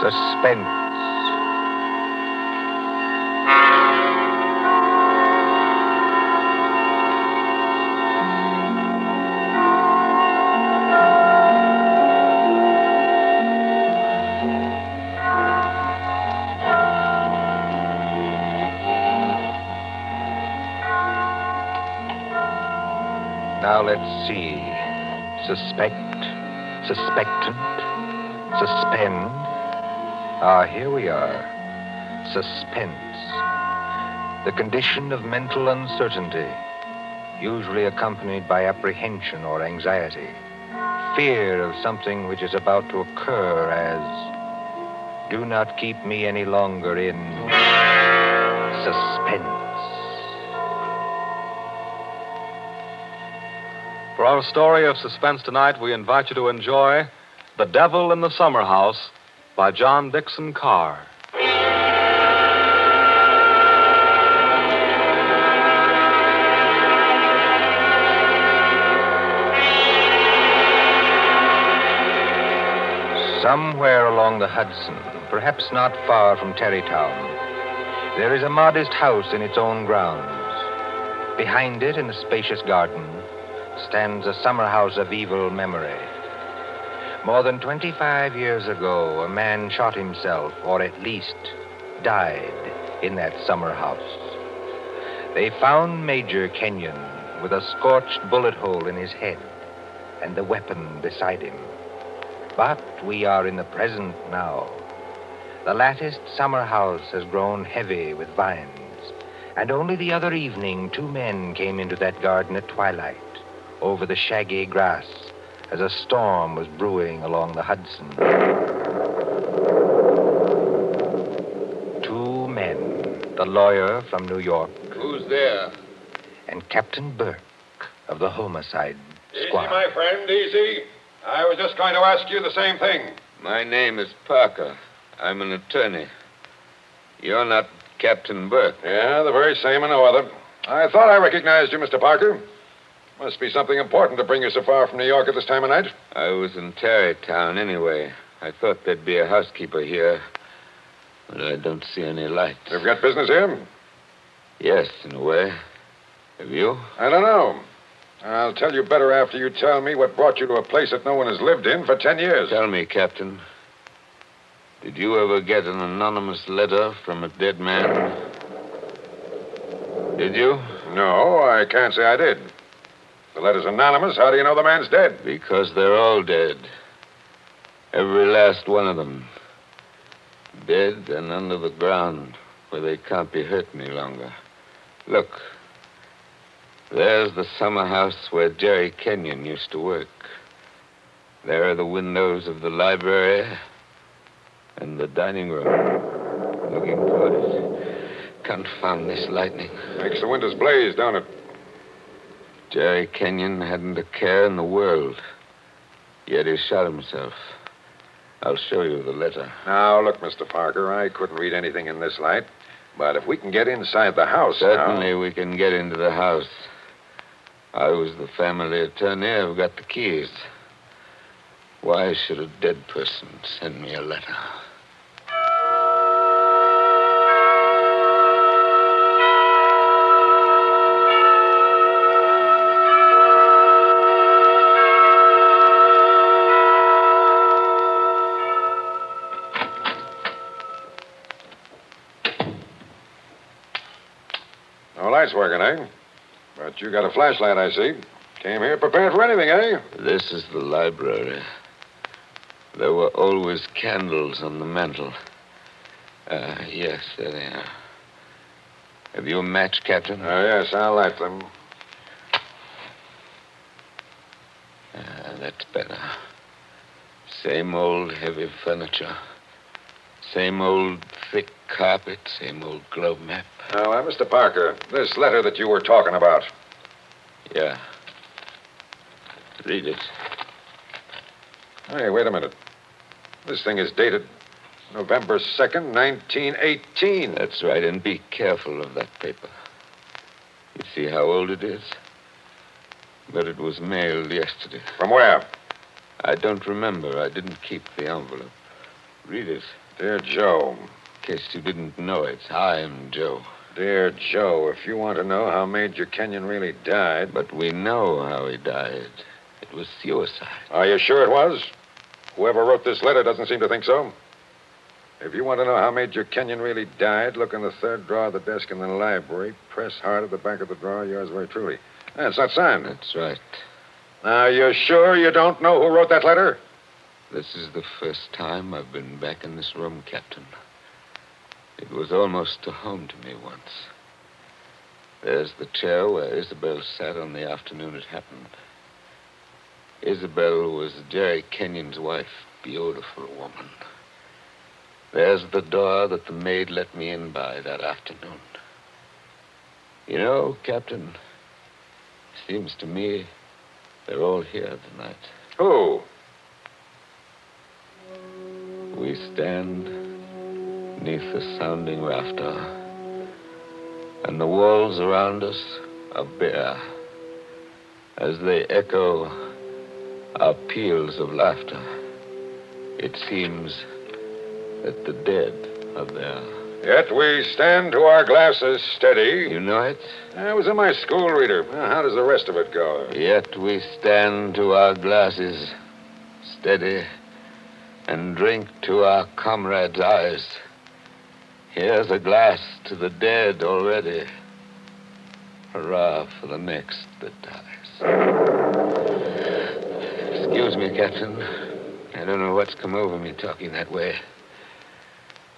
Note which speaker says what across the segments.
Speaker 1: Suspense. Now let's see. Suspect, suspectant, suspend. Ah, here we are. Suspense. The condition of mental uncertainty, usually accompanied by apprehension or anxiety. Fear of something which is about to occur as do not keep me any longer in suspense.
Speaker 2: For our story of suspense tonight, we invite you to enjoy The Devil in the Summer House by John Dixon Carr.
Speaker 1: Somewhere along the Hudson, perhaps not far from Terrytown, there is a modest house in its own grounds. Behind it, in a spacious garden, stands a summer house of evil memory. More than 25 years ago, a man shot himself, or at least died, in that summer house. They found Major Kenyon with a scorched bullet hole in his head and the weapon beside him. But we are in the present now. The latticed summer house has grown heavy with vines, and only the other evening two men came into that garden at twilight over the shaggy grass as a storm was brewing along the Hudson. Two men, the lawyer from New York
Speaker 3: Who's there?
Speaker 1: and Captain Burke of the homicide
Speaker 3: Easy,
Speaker 1: squad.
Speaker 3: my friend, easy. I was just going to ask you the same thing.
Speaker 4: My name is Parker. I'm an attorney. You're not Captain Burke.
Speaker 3: Yeah, the very same and no other. I thought I recognized you, Mr. Parker. Must be something important to bring you so far from New York at this time of night.
Speaker 4: I was in Tarrytown anyway. I thought there'd be a housekeeper here, but I don't see any lights.
Speaker 3: You've got business here?
Speaker 4: Yes, in a way. Have you?
Speaker 3: I don't know. I'll tell you better after you tell me what brought you to a place that no one has lived in for ten years.
Speaker 4: Tell me, Captain. Did you ever get an anonymous letter from a dead man? Did you?
Speaker 3: No, I can't say I did. The letter's anonymous. How do you know the man's dead?
Speaker 4: Because they're all dead. Every last one of them. Dead and under the ground, where they can't be hurt any longer. Look. There's the summer house where Jerry Kenyon used to work. There are the windows of the library and the dining room. Looking toward it. Confound this lightning.
Speaker 3: Makes the windows blaze, don't it?
Speaker 4: Jerry Kenyon hadn't a care in the world. Yet he shot himself. I'll show you the letter.
Speaker 3: Now, look, Mster Parker, I couldn't read anything in this light. But if we can get inside the house now-
Speaker 4: Certainly we can get into the house. I was the family attorney. I've got the keys. Why should a dead person send me a letter?
Speaker 3: No light's working, eh? But you got a flashlight, I see. Came here prepared for anything, eh?
Speaker 4: This is the library. There were always candles on the mantel. Uh, yes, there they are. Have you a match, Captain?
Speaker 3: Oh, yes, I'll light them.
Speaker 4: Ah, that's better. Same old heavy furniture. Same old thick carpet, same old globe map.
Speaker 3: Now, uh, Mr. Parker, this letter that you were talking about.
Speaker 4: Yeah. Read it.
Speaker 3: Hey, wait a minute. This thing is dated November 2nd, 1918.
Speaker 4: That's right, and be careful of that paper. You see how old it is? But it was mailed yesterday.
Speaker 3: From where?
Speaker 4: I don't remember. I didn't keep the envelope. Read it.
Speaker 3: Dear Joe,
Speaker 4: In case you didn't know, it's I'm Joe.
Speaker 3: dear Joe, if you want to know how Major Kenyon really died.
Speaker 4: But we know how he died. It was suicide.
Speaker 3: Are you sure it was? Whoever wrote this letter doesn't seem to think so. If you want to know how Major Kenyon really died, look in the third drawer of the desk in the library. Press hard at the back of the drawer. Yours very truly. That's not signed.
Speaker 4: That's right.
Speaker 3: Are you sure you don't know who wrote that letter?
Speaker 4: This is the first time I've been back in this room, Captain. It was almost a home to me once. There's the chair where Isabel sat on the afternoon it happened. Isabel was Jerry Kenyon's wife, beautiful woman. There's the door that the maid let me in by that afternoon. You know, Captain, seems to me they're all here tonight.
Speaker 3: Who?
Speaker 4: We stand neath the sounding rafter, and the walls around us are bare as they echo our peals of laughter. It seems that the dead are there.
Speaker 3: Yet we stand to our glasses steady.
Speaker 4: You know it?
Speaker 3: I was in my school reader. Now, how does the rest of it go?
Speaker 4: Yet we stand to our glasses steady and drink to our comrades' eyes. Here's a glass to the dead already. Hurrah for the next that dies. Excuse me, Captain. I don't know what's come over me talking that way.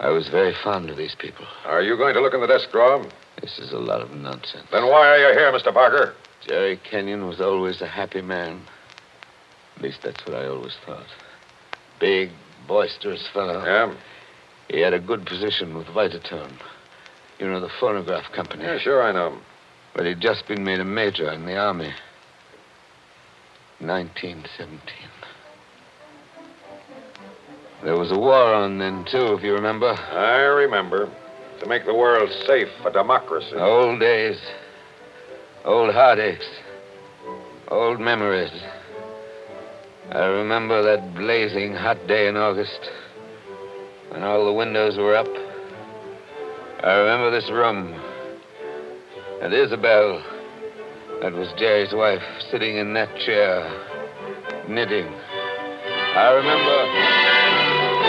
Speaker 4: I was very fond of these people.
Speaker 3: Are you going to look in the desk drawer?
Speaker 4: This is a lot of nonsense.
Speaker 3: Then why are you here, Mr. Parker?
Speaker 4: Jerry Kenyon was always a happy man. At least that's what I always thought. Big, boisterous fellow.
Speaker 3: Yeah?
Speaker 4: He had a good position with Vitatone. You know, the phonograph company.
Speaker 3: Yeah, sure, I know.
Speaker 4: But he'd just been made a major in the army. 1917. There was a war on then, too, if you remember.
Speaker 3: I remember. To make the world safe for democracy.
Speaker 4: Old days, old heartaches, old memories. I remember that blazing hot day in August when all the windows were up. I remember this room and Isabel, that was Jerry's wife, sitting in that chair, knitting. I remember.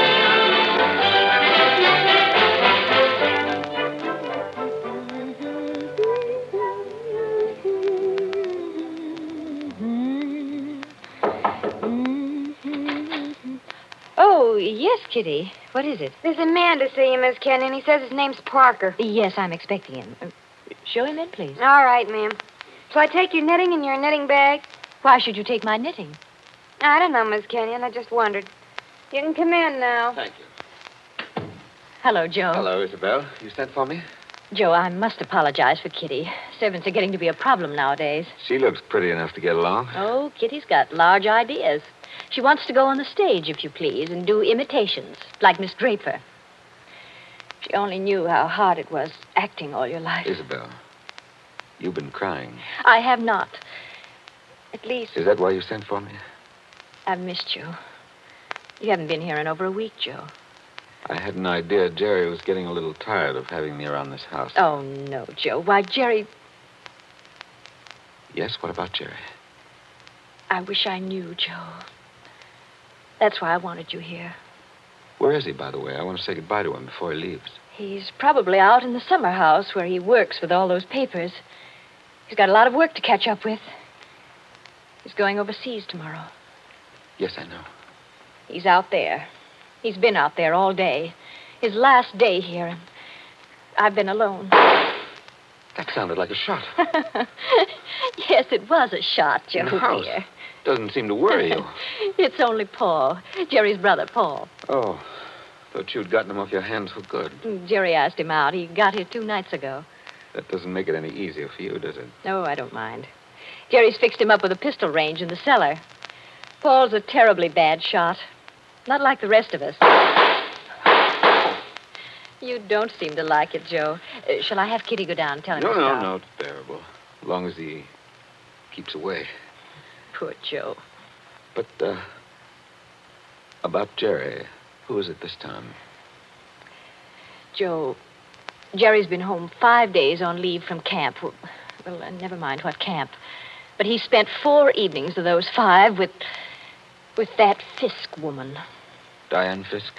Speaker 5: Oh, yes, Kitty. What is it?
Speaker 6: There's a man to see you, Miss Kenyon. He says his name's Parker.
Speaker 5: Yes, I'm expecting him. Uh, Show him in, please.
Speaker 6: All right, ma'am. Shall I take your knitting in your knitting bag?
Speaker 5: Why should you take my knitting?
Speaker 6: I don't know, Miss Kenyon. I just wondered. You can come in now.
Speaker 4: Thank you.
Speaker 5: Hello, Joe.
Speaker 4: Hello, Isabel. You sent for me?
Speaker 5: Joe, I must apologize for Kitty. Servants are getting to be a problem nowadays.
Speaker 4: She looks pretty enough to get along.
Speaker 5: Oh, Kitty's got large ideas. She wants to go on the stage, if you please, and do imitations, like Miss Draper. She only knew how hard it was acting all your life.
Speaker 4: Isabel, you've been crying.
Speaker 5: I have not. At least
Speaker 4: Is that why you sent for me?
Speaker 5: I've missed you. You haven't been here in over a week, Joe.
Speaker 4: I had an idea Jerry was getting a little tired of having me around this house.
Speaker 5: Oh, no, Joe. Why, Jerry,
Speaker 4: Yes, what about Jerry?
Speaker 5: I wish I knew, Joe. That's why I wanted you here.
Speaker 4: Where is he, by the way? I want to say goodbye to him before he leaves.
Speaker 5: He's probably out in the summer house where he works with all those papers. He's got a lot of work to catch up with. He's going overseas tomorrow.
Speaker 4: Yes, I know.
Speaker 5: He's out there. He's been out there all day. His last day here, and I've been alone.
Speaker 4: That sounded like a shot.
Speaker 5: yes, it was a shot, Joe.
Speaker 4: In the house.
Speaker 5: dear.
Speaker 4: Doesn't seem to worry you.
Speaker 5: It's only Paul, Jerry's brother, Paul.
Speaker 4: Oh, thought you'd gotten him off your hands for good.
Speaker 5: Jerry asked him out. He got here two nights ago.
Speaker 4: That doesn't make it any easier for you, does it?
Speaker 5: No, I don't mind. Jerry's fixed him up with a pistol range in the cellar. Paul's a terribly bad shot. Not like the rest of us. You don't seem to like it, Joe. Uh, shall I have Kitty go down and tell him?
Speaker 4: no,
Speaker 5: to
Speaker 4: no,
Speaker 5: stop?
Speaker 4: no. It's bearable. As long as he keeps away.
Speaker 5: Poor Joe.
Speaker 4: But, uh, about Jerry, who is it this time?
Speaker 5: Joe, Jerry's been home five days on leave from camp. Well, well, uh, never mind what camp. But he spent four evenings of those five with. with that Fisk woman.
Speaker 4: Diane Fisk?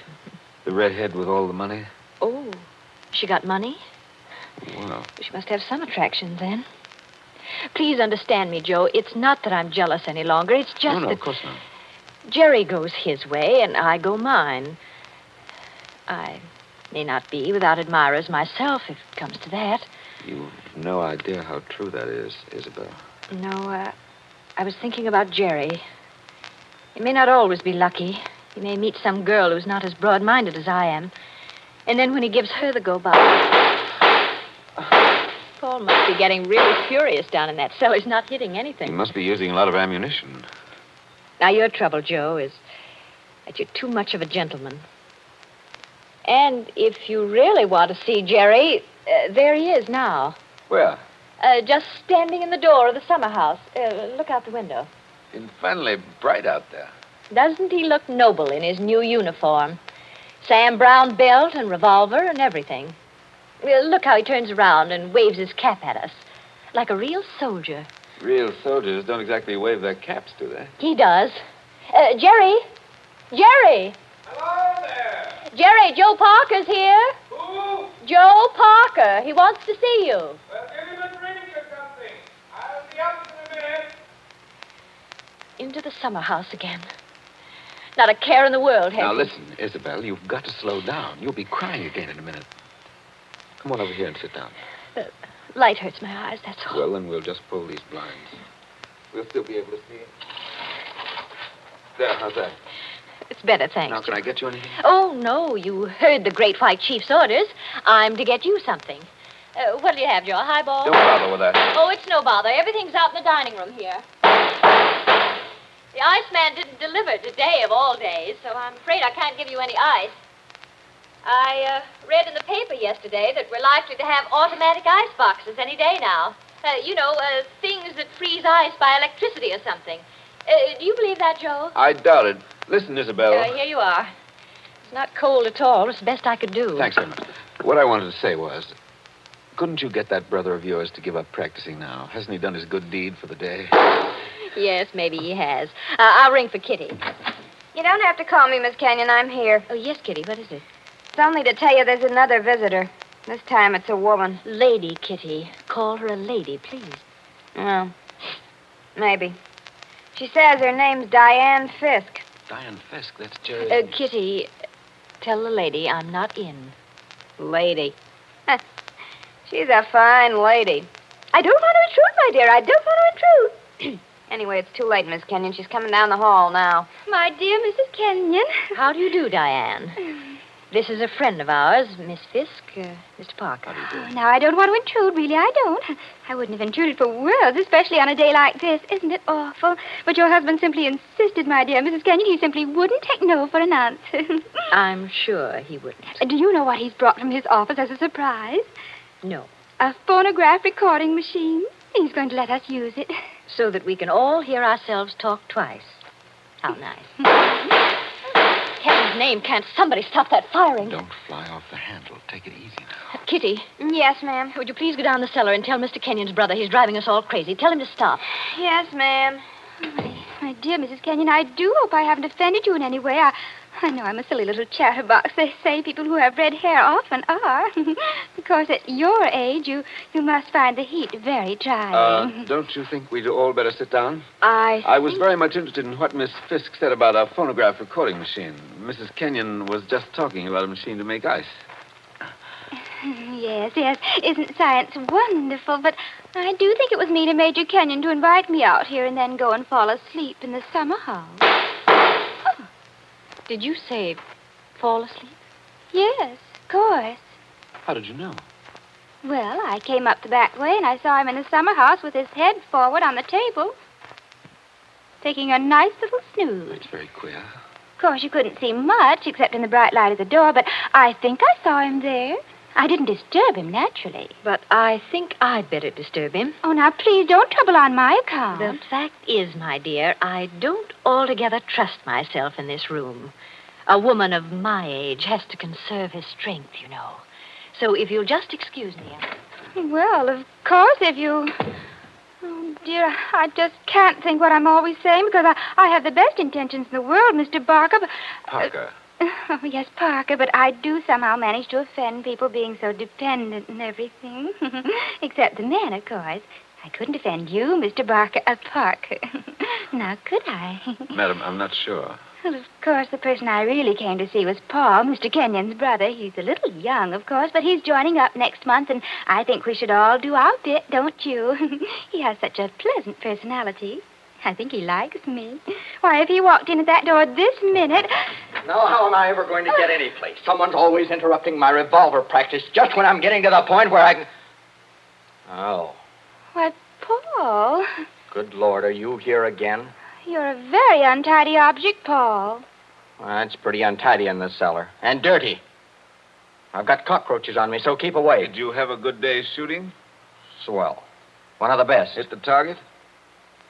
Speaker 4: The redhead with all the money?
Speaker 5: Oh, she got money?
Speaker 4: Well,
Speaker 5: She must have some attraction then. Please understand me, Joe. It's not that I'm jealous any longer. It's just
Speaker 4: no, no,
Speaker 5: that
Speaker 4: of course not.
Speaker 5: Jerry goes his way and I go mine. I may not be without admirers myself, if it comes to that.
Speaker 4: You've no idea how true that is, Isabel.
Speaker 5: No, uh, I was thinking about Jerry. He may not always be lucky. He may meet some girl who's not as broad minded as I am. And then when he gives her the go by. Paul must be getting really furious down in that cell. He's not hitting anything.
Speaker 4: You must be using a lot of ammunition.
Speaker 5: Now, your trouble, Joe, is that you're too much of a gentleman. And if you really want to see Jerry, uh, there he is now.
Speaker 4: Where?
Speaker 5: Uh, just standing in the door of the summer house. Uh, look out the window.
Speaker 4: It's finally bright out there.
Speaker 5: Doesn't he look noble in his new uniform? Sam Brown belt and revolver and everything. Uh, look how he turns around and waves his cap at us. Like a real soldier.
Speaker 4: Real soldiers don't exactly wave their caps, do they?
Speaker 5: He does. Uh, Jerry! Jerry!
Speaker 7: Hello there.
Speaker 5: Jerry, Joe Parker's here.
Speaker 7: Who? Well,
Speaker 5: Joe Parker. He wants to see you.
Speaker 7: give him a drink or something. I'll be up in a minute.
Speaker 5: Into the summer house again. Not a care in the world,
Speaker 4: Now,
Speaker 5: Harry.
Speaker 4: listen, Isabel, you've got to slow down. You'll be crying again in a minute. Come on over here and sit down.
Speaker 5: Light hurts my eyes, that's all.
Speaker 4: Well, then we'll just pull these blinds. We'll still be able to see it. There, how's that?
Speaker 5: it's better, thanks.
Speaker 4: Now, can I get you anything?
Speaker 5: Oh, no, you heard the Great White Chief's orders. I'm to get you something. Uh, what'll you have, Joe? A highball?
Speaker 4: Don't bother with that.
Speaker 5: Oh, it's no bother. Everything's out in the dining room here. The Iceman didn't deliver today of all days, so I'm afraid I can't give you any ice. I uh, read in the paper yesterday that we're likely to have automatic ice boxes any day now. Uh, you know, uh, things that freeze ice by electricity or something. Uh, do you believe that, Joe?
Speaker 4: I doubt it. Listen, Isabel.
Speaker 5: Uh, here you are. It's not cold at all. It's the best I could do.
Speaker 4: Thanks very much. What I wanted to say was, couldn't you get that brother of yours to give up practicing now? Hasn't he done his good deed for the day?
Speaker 5: Yes, maybe he has. Uh, I'll ring for Kitty.
Speaker 6: You don't have to call me, Miss Kenyon. I'm here.
Speaker 5: Oh, yes, Kitty. What is it?
Speaker 6: It's only to tell you there's another visitor. This time it's a woman.
Speaker 5: Lady Kitty. Call her a lady, please.
Speaker 6: Oh. Maybe. She says her name's Diane Fisk.
Speaker 4: Diane Fisk, that's Jerry.
Speaker 5: Uh, Kitty, tell the lady I'm not in.
Speaker 6: Lady. She's a fine lady. I don't want to intrude, my dear. I don't want to intrude. anyway, it's too late, Miss Kenyon. She's coming down the hall now. My dear Mrs. Kenyon.
Speaker 5: How do you do, Diane? This is a friend of ours, Miss Fisk, uh, Mr. Parker.
Speaker 8: Now, I don't want to intrude, really, I don't. I wouldn't have intruded for worlds, especially on a day like this. Isn't it awful? But your husband simply insisted, my dear Mrs. Kenyon. He simply wouldn't take no for an answer.
Speaker 5: I'm sure he wouldn't.
Speaker 6: Uh,
Speaker 8: Do you know what he's brought from his office as a surprise?
Speaker 5: No.
Speaker 8: A phonograph recording machine. He's going to let us use it.
Speaker 5: So that we can all hear ourselves talk twice. How nice. Heaven's name, can't somebody stop that firing?
Speaker 4: Don't fly off the handle. Take it easy now.
Speaker 5: Kitty,
Speaker 6: Yes, ma'am.
Speaker 5: would you please go down the cellar and tell Mr. Kenyon's brother he's driving us all crazy? Tell him to stop.
Speaker 6: Yes, ma'am.
Speaker 8: My dear Mrs. Kenyon, I do hope I haven't offended you in any way. I, I know I'm a silly little chatterbox. They say people who have red hair often are. because at your age, you, you must find the heat very trying.
Speaker 4: Uh, don't you think we'd all better sit down?
Speaker 5: I.
Speaker 4: I was very much interested in what Miss Fisk said about our phonograph recording machine. Mrs. Kenyon was just talking about a machine to make ice.
Speaker 8: yes, yes. Isn't science wonderful? But I do think it was mean of Major Kenyon to invite me out here and then go and fall asleep in the summer house.
Speaker 5: Did you say fall asleep?
Speaker 8: Yes, of course.
Speaker 4: How did you know?
Speaker 8: Well, I came up the back way and I saw him in the summer house with his head forward on the table, taking a nice little snooze.
Speaker 4: It's very queer.
Speaker 8: Of course, you couldn't see much except in the bright light of the door, but I think I saw him there. I didn't disturb him naturally.
Speaker 5: But I think I'd better disturb him.
Speaker 8: Oh, now please don't trouble on my account.
Speaker 5: The fact is, my dear, I don't altogether trust myself in this room. A woman of my age has to conserve her strength, you know.
Speaker 9: So if you'll just excuse me.
Speaker 8: Well, of course, if you. Oh, dear, I just can't think what I'm always saying because I, I have the best intentions in the world, Mr. Barker, but.
Speaker 2: Parker.
Speaker 8: Oh, yes, Parker, but I do somehow manage to offend people being so dependent and everything. Except the men, of course. I couldn't offend you, Mr. Barker, uh, Parker. now, could I?
Speaker 4: Madam, I'm not sure.
Speaker 8: Well, of course, the person I really came to see was Paul, Mr. Kenyon's brother. He's a little young, of course, but he's joining up next month, and I think we should all do our bit, don't you? he has such a pleasant personality. I think he likes me. Why, if he walked in at that door this minute.
Speaker 10: Now, how am I ever going to get any place? Someone's always interrupting my revolver practice just when I'm getting to the point where I can. Oh,
Speaker 8: Why, Paul,
Speaker 10: good Lord, are you here again?
Speaker 8: you're a very untidy object, Paul.
Speaker 10: Well, it's pretty untidy in this cellar. And dirty. I've got cockroaches on me, so keep away.
Speaker 4: Did you have a good day shooting?
Speaker 10: Swell. One of the best.
Speaker 4: Hit the target?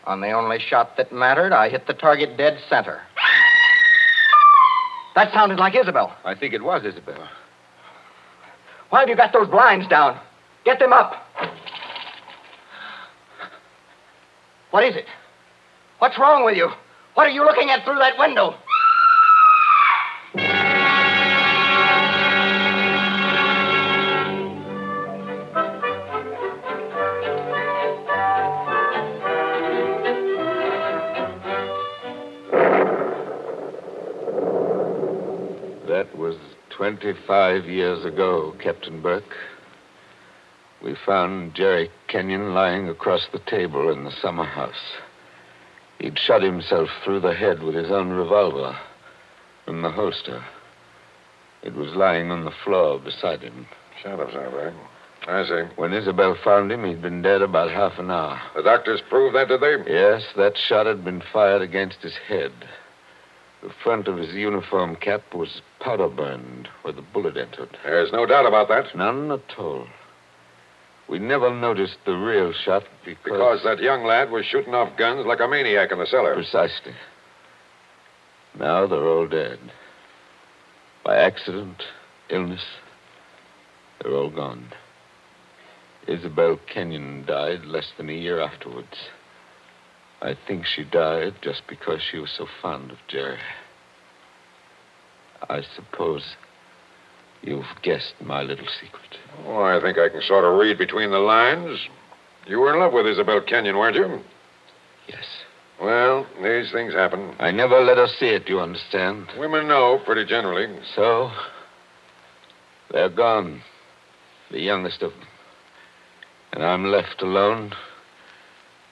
Speaker 10: On the only shot that mattered, I hit the target dead center. That sounded like Isabel.
Speaker 4: I think it was Isabel.
Speaker 10: Why have you got those blinds down? Get them up. What is it? What's wrong with you? What are you looking at through that window?
Speaker 4: That was 25 years ago, Captain Burke. We found Jerry Kenyon lying across the table in the summer house. He'd shot himself through the head with his own revolver from the holster. It was lying on the floor beside him.
Speaker 3: Shadows, all right. I see.
Speaker 4: When Isabel found him, he'd been dead about half an hour.
Speaker 3: The doctors proved that, did they?
Speaker 4: Yes, that shot had been fired against his head. The front of his uniform cap was powder burned where the bullet entered.
Speaker 3: There's no doubt about that.
Speaker 4: None at all. We never noticed the real shot because.
Speaker 3: Because that young lad was shooting off guns like a maniac in the cellar.
Speaker 4: Precisely. Now they're all dead. By accident, illness, they're all gone. Isabel Kenyon died less than a year afterwards. I think she died just because she was so fond of Jerry. I suppose you've guessed my little secret.
Speaker 3: Oh, I think I can sort of read between the lines. You were in love with Isabel Kenyon, weren't you?
Speaker 4: Yes.
Speaker 3: Well, these things happen.
Speaker 4: I never let her see it, you understand?
Speaker 3: Women know pretty generally.
Speaker 4: So, they're gone. The youngest of them. And I'm left alone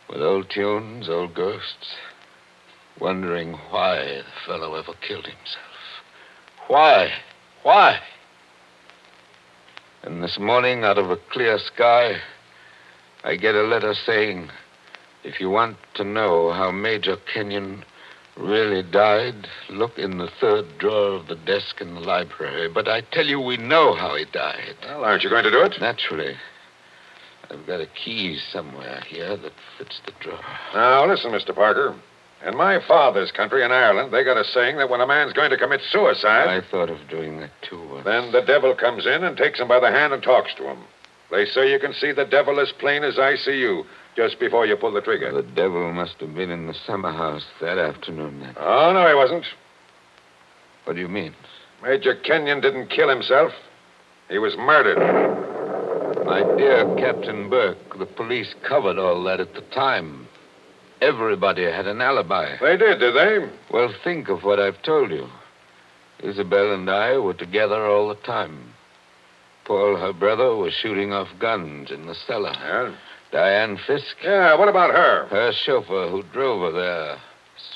Speaker 4: with old tunes, old ghosts, wondering why the fellow ever killed himself. Why? Why? And this morning, out of a clear sky, I get a letter saying if you want to know how Major Kenyon really died, look in the third drawer of the desk in the library. But I tell you, we know how he died.
Speaker 3: Well, aren't you going to do it?
Speaker 4: Naturally. I've got a key somewhere here that fits the drawer.
Speaker 3: Now, listen, Mr. Parker. In my father's country, in Ireland, they got a saying that when a man's going to commit suicide,
Speaker 4: I thought of doing that too. once.
Speaker 3: then the devil comes in and takes him by the hand and talks to him. They say you can see the devil as plain as I see you just before you pull the trigger.
Speaker 4: The devil must have been in the summer house that afternoon. Then.
Speaker 3: Oh, no, he wasn't.
Speaker 4: What do you mean?
Speaker 3: Major Kenyon didn't kill himself. He was murdered.
Speaker 4: My dear Captain Burke, the police covered all that at the time. Everybody had an alibi.
Speaker 3: They did, did they?
Speaker 4: Well, think of what I've told you. Isabel and I were together all the time. Paul, her brother, was shooting off guns in the cellar.
Speaker 3: Yeah.
Speaker 4: Diane Fisk,
Speaker 3: Yeah, what about her?
Speaker 4: her chauffeur who drove her there,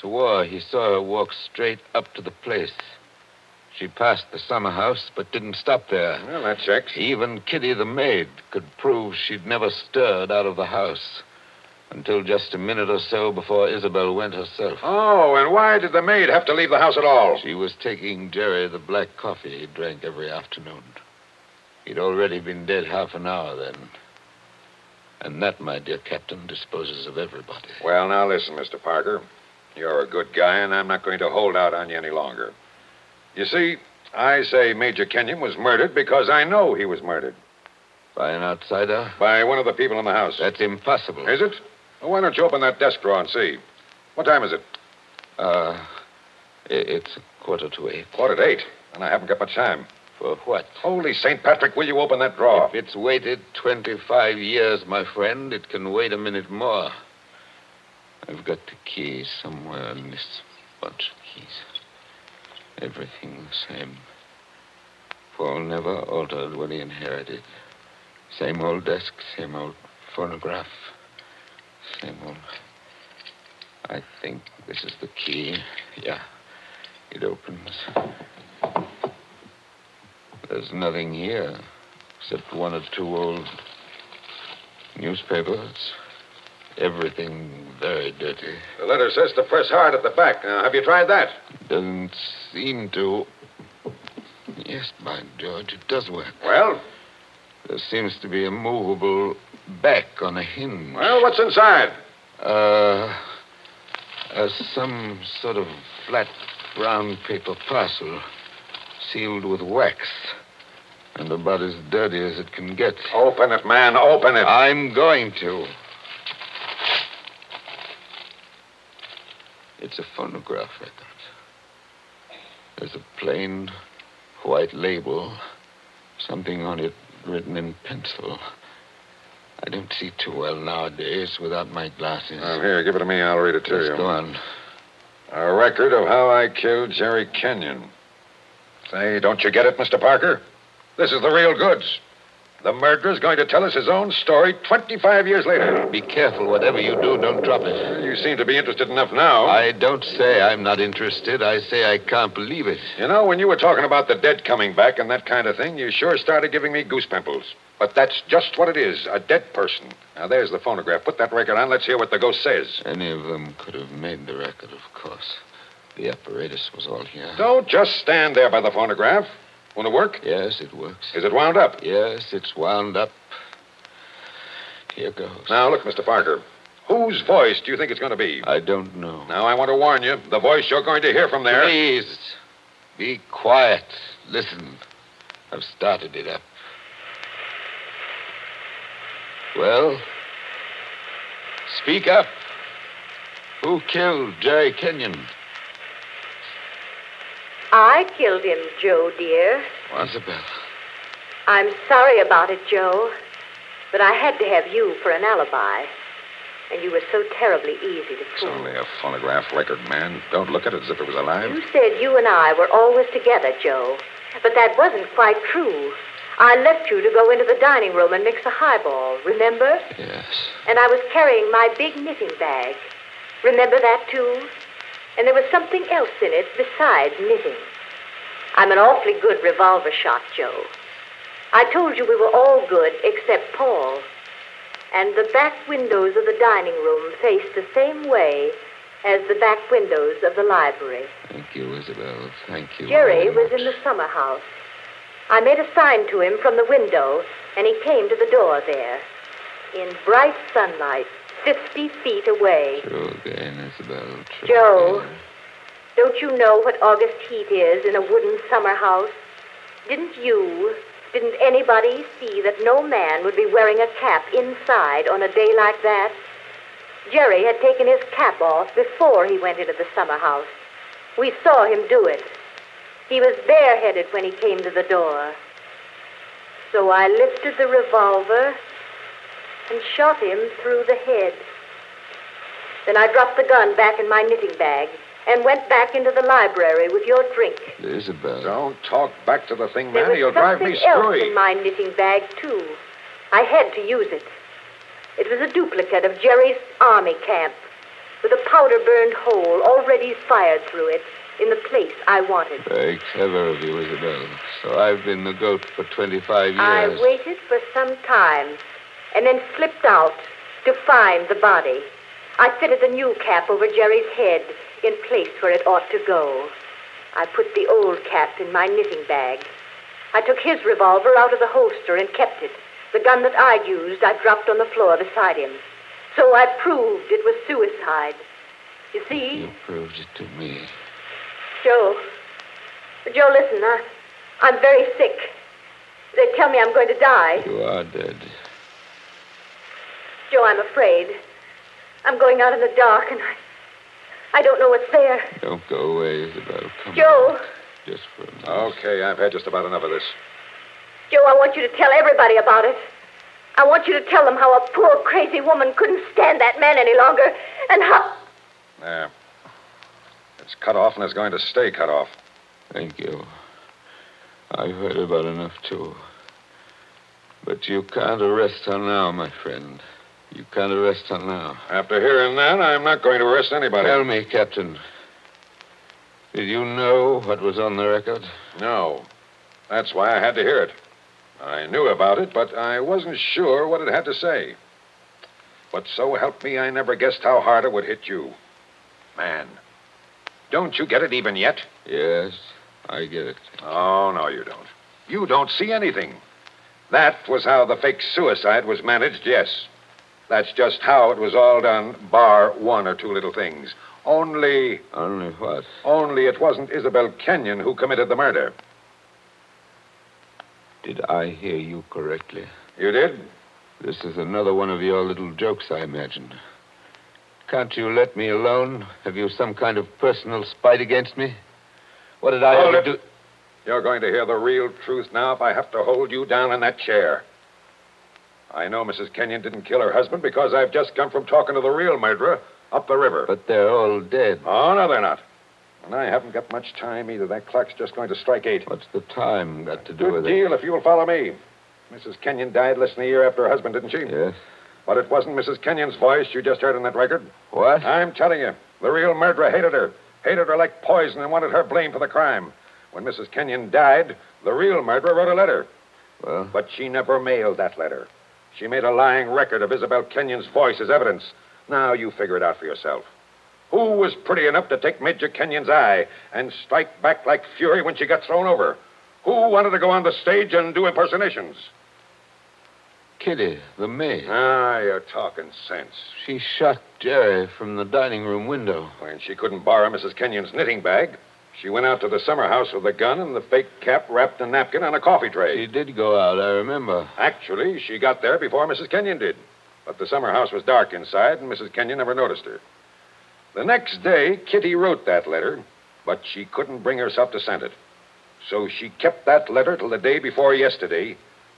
Speaker 4: swore he saw her walk straight up to the place. She passed the summer house but didn't stop there.
Speaker 3: Well, that checks.
Speaker 4: Even Kitty, the maid, could prove she'd never stirred out of the house until just a minute or so before Isabel went herself.
Speaker 3: Oh, and why did the maid have to leave the house at all?
Speaker 4: She was taking Jerry the black coffee he drank every afternoon. He'd already been dead half an hour then. And that, my dear captain, disposes of everybody.
Speaker 3: Well, now listen, Mr. Parker. You're a good guy, and I'm not going to hold out on you any longer. You see, I say Major Kenyon was murdered because I know he was murdered.
Speaker 4: By an outsider?
Speaker 3: By one of the people in the house.
Speaker 4: That's impossible.
Speaker 3: Is it? Well, why don't you open that desk drawer and see? What time is it?
Speaker 4: Uh, i- it's a quarter to eight.
Speaker 3: Quarter to eight. And I haven't got much time.
Speaker 4: For what?
Speaker 3: Holy St. Patrick, will you open that drawer?
Speaker 4: If it's waited 25 years, my friend, it can wait a minute more. I've got the keys somewhere in this bunch of keys. Everything the same. Paul never altered what he inherited. Same old desk, same old phonograph, same old. I think this is the key. Yeah. It opens. There's nothing here except one or two old newspapers. Everything very dirty.
Speaker 3: The letter says to press hard at the back. Now, have you tried that?
Speaker 4: Doesn't seem to. Yes, by George, it does work.
Speaker 3: Well?
Speaker 4: There seems to be a movable back on a hinge.
Speaker 3: Well, what's inside?
Speaker 4: Uh, uh, some sort of flat brown paper parcel sealed with wax and about as dirty as it can get.
Speaker 3: Open it, man. Open it.
Speaker 4: I'm going to. It's a phonograph record. There's a plain white label, something on it written in pencil. I don't see too well nowadays without my glasses.
Speaker 3: Well, here, give it to me. I'll read it to
Speaker 4: Let's
Speaker 3: you.
Speaker 4: go on.
Speaker 3: A record of how I killed Jerry Kenyon. Say, don't you get it, Mr. Parker? This is the real goods. The murderer's going to tell us his own story 25 years later.
Speaker 4: Be careful. Whatever you do, don't drop it.
Speaker 3: You seem to be interested enough now.
Speaker 4: I don't say I'm not interested. I say I can't believe it.
Speaker 3: You know, when you were talking about the dead coming back and that kind of thing, you sure started giving me goose pimples. But that's just what it is a dead person. Now, there's the phonograph. Put that record on. Let's hear what the ghost says.
Speaker 4: Any of them could have made the record, of course. The apparatus was all here.
Speaker 3: Don't just stand there by the phonograph. Won't it work?
Speaker 4: Yes, it works.
Speaker 3: Is it wound up?
Speaker 4: Yes, it's wound up. Here goes.
Speaker 3: Now, look, Mr. Parker. Whose voice do you think it's going to be?
Speaker 4: I don't know.
Speaker 3: Now, I want to warn you the voice you're going to hear from there.
Speaker 4: Please, be quiet. Listen, I've started it up. Well, speak up. Who killed Jerry Kenyon?
Speaker 5: I killed him, Joe, dear.
Speaker 4: Isabel.
Speaker 5: I'm sorry about it, Joe. But I had to have you for an alibi. And you were so terribly easy to
Speaker 3: It's
Speaker 5: fool.
Speaker 3: only a phonograph record, man. Don't look at it as if it was alive.
Speaker 5: You said you and I were always together, Joe. But that wasn't quite true. I left you to go into the dining room and mix a highball, remember?
Speaker 4: Yes.
Speaker 5: And I was carrying my big knitting bag. Remember that, too? And there was something else in it besides knitting. I'm an awfully good revolver shot, Joe. I told you we were all good except Paul. And the back windows of the dining room face the same way as the back windows of the library.
Speaker 4: Thank you, Isabel. Thank you.
Speaker 5: Jerry was in the summer house. I made a sign to him from the window, and he came to the door there. In bright sunlight, 50 feet away.
Speaker 4: True again, Isabel. True
Speaker 5: Joe,
Speaker 4: again.
Speaker 5: don't you know what August heat is in a wooden summer house? Didn't you, didn't anybody see that no man would be wearing a cap inside on a day like that? Jerry had taken his cap off before he went into the summer house. We saw him do it. He was bareheaded when he came to the door. So I lifted the revolver and shot him through the head. Then I dropped the gun back in my knitting bag and went back into the library with your drink.
Speaker 4: Isabel.
Speaker 3: Don't talk back to the thing,
Speaker 5: there
Speaker 3: man.
Speaker 5: was
Speaker 3: You'll drive
Speaker 5: something
Speaker 3: me
Speaker 5: else
Speaker 3: screwy.
Speaker 5: in my knitting bag, too. I had to use it. It was a duplicate of Jerry's army camp with a powder burned hole already fired through it in the place I wanted.
Speaker 4: Very clever of you, Isabel. So I've been the goat for 25 years.
Speaker 5: I waited for some time and then slipped out to find the body. I fitted the new cap over Jerry's head in place where it ought to go. I put the old cap in my knitting bag. I took his revolver out of the holster and kept it. The gun that I used, I dropped on the floor beside him. So I proved it was suicide. You see,
Speaker 4: You proved it to me.
Speaker 5: Joe. Joe, listen, I,
Speaker 11: I'm very sick. They tell me I'm going to die.
Speaker 4: You are dead.
Speaker 11: Joe, I'm afraid. I'm going out in the dark, and I, I don't know what's there.
Speaker 4: Don't go away, Isabel. Come
Speaker 11: Joe,
Speaker 4: just for a minute.
Speaker 3: Okay, I've had just about enough of this.
Speaker 11: Joe, I want you to tell everybody about it. I want you to tell them how a poor, crazy woman couldn't stand that man any longer, and how.
Speaker 3: There. It's cut off and it's going to stay cut off.
Speaker 4: Thank you. I've heard about enough, too. But you can't arrest her now, my friend. You can't arrest her now.
Speaker 3: After hearing that, I'm not going to arrest anybody.
Speaker 4: Tell me, Captain. Did you know what was on the record?
Speaker 3: No. That's why I had to hear it. I knew about it, but I wasn't sure what it had to say. But so help me, I never guessed how hard it would hit you. Man, don't you get it even yet?
Speaker 4: Yes, I get it.
Speaker 3: Oh, no, you don't. You don't see anything. That was how the fake suicide was managed, yes. That's just how it was all done, bar one or two little things. Only.
Speaker 4: Only what?
Speaker 3: Only it wasn't Isabel Kenyon who committed the murder.
Speaker 4: Did I hear you correctly?
Speaker 3: You did?
Speaker 4: This is another one of your little jokes, I imagine. Can't you let me alone? Have you some kind of personal spite against me? What did I
Speaker 3: Hold
Speaker 4: ever
Speaker 3: it.
Speaker 4: do?
Speaker 3: You're going to hear the real truth now if I have to hold you down in that chair. I know Mrs. Kenyon didn't kill her husband because I've just come from talking to the real murderer up the river.
Speaker 4: But they're all dead.
Speaker 3: Oh, no, they're not. And I haven't got much time either. That clock's just going to strike eight.
Speaker 4: What's the time got to do
Speaker 3: Good
Speaker 4: with
Speaker 3: deal if you'll follow me. Mrs. Kenyon died less than a year after her husband, didn't she?
Speaker 4: it? Yes.
Speaker 3: But it wasn't Mrs. Kenyon's voice you just heard in that record.
Speaker 4: What?
Speaker 3: I'm telling you, the real murderer hated her. Hated her like poison and wanted her blamed for the crime. When Mrs. Kenyon died, the real murderer wrote a letter.
Speaker 4: Well,
Speaker 3: But she never mailed that letter. She made a lying record of Isabel Kenyon's voice as evidence. Now you figure it out for yourself. Who was pretty enough to take Major Kenyon's eye and strike back like fury when she got thrown over? Who wanted to go on the stage and do impersonations?
Speaker 4: Kitty, the maid,
Speaker 3: Ah, you're talking sense.
Speaker 4: she shot Jerry from the dining room window.
Speaker 3: When she couldn't borrow Mrs. Kenyon's knitting bag, she went out to the summer house with a gun and the fake cap wrapped in a napkin on a coffee tray.
Speaker 4: She did go out, I remember.
Speaker 3: Actually, she got there before Mrs. Kenyon did. But the summer house was dark inside, and Mrs. Kenyon never noticed her. The next day, Kitty wrote that letter, but she couldn't bring herself to send it. So she kept that letter till the day before yesterday.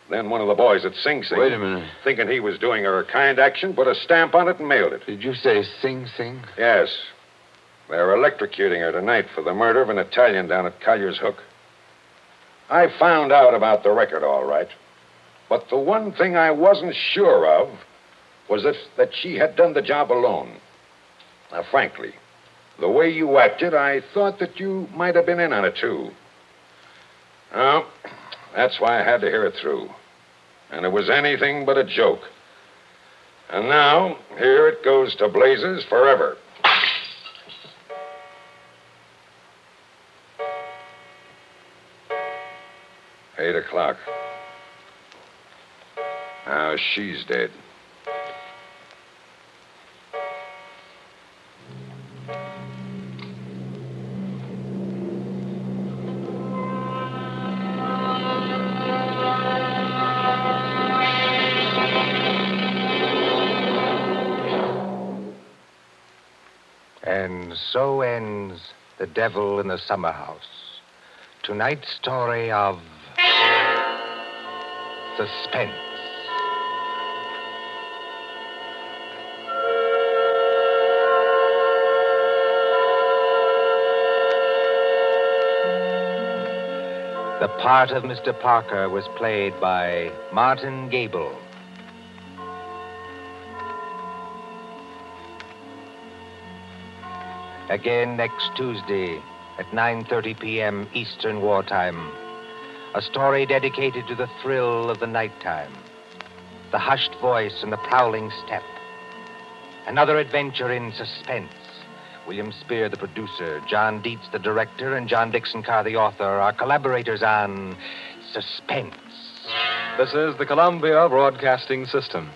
Speaker 3: Then one of the boys at Sing Sing,
Speaker 4: Wait a minute.
Speaker 3: thinking he was doing her a kind action, put a stamp on it and mailed it.
Speaker 4: Did you say Sing Sing?
Speaker 3: Yes. They're electrocuting her tonight for the murder of an Italian down at Collier's Hook. I found out about the record, all right. But the one thing I wasn't sure of was that, that she had done the job alone. Now, frankly, the way you acted, I thought that you might have been in on it, too. Oh, that's why I had to hear it through. And it was anything but a joke. And now, here it goes to blazes forever. Eight o'clock. Now she's dead.
Speaker 1: And so ends The Devil in the Summer House. Tonight's story of suspense. The part of Mr. Parker was played by Martin Gable. again next Tuesday at 9:30 p.m. Eastern Wartime. A story dedicated to the thrill of the nighttime, the hushed voice and the prowling step. Another adventure in suspense. William Spear, the producer, John Dietz, the director, and John Dixon Carr, the author, are collaborators on Suspense.
Speaker 2: This is the Columbia Broadcasting System.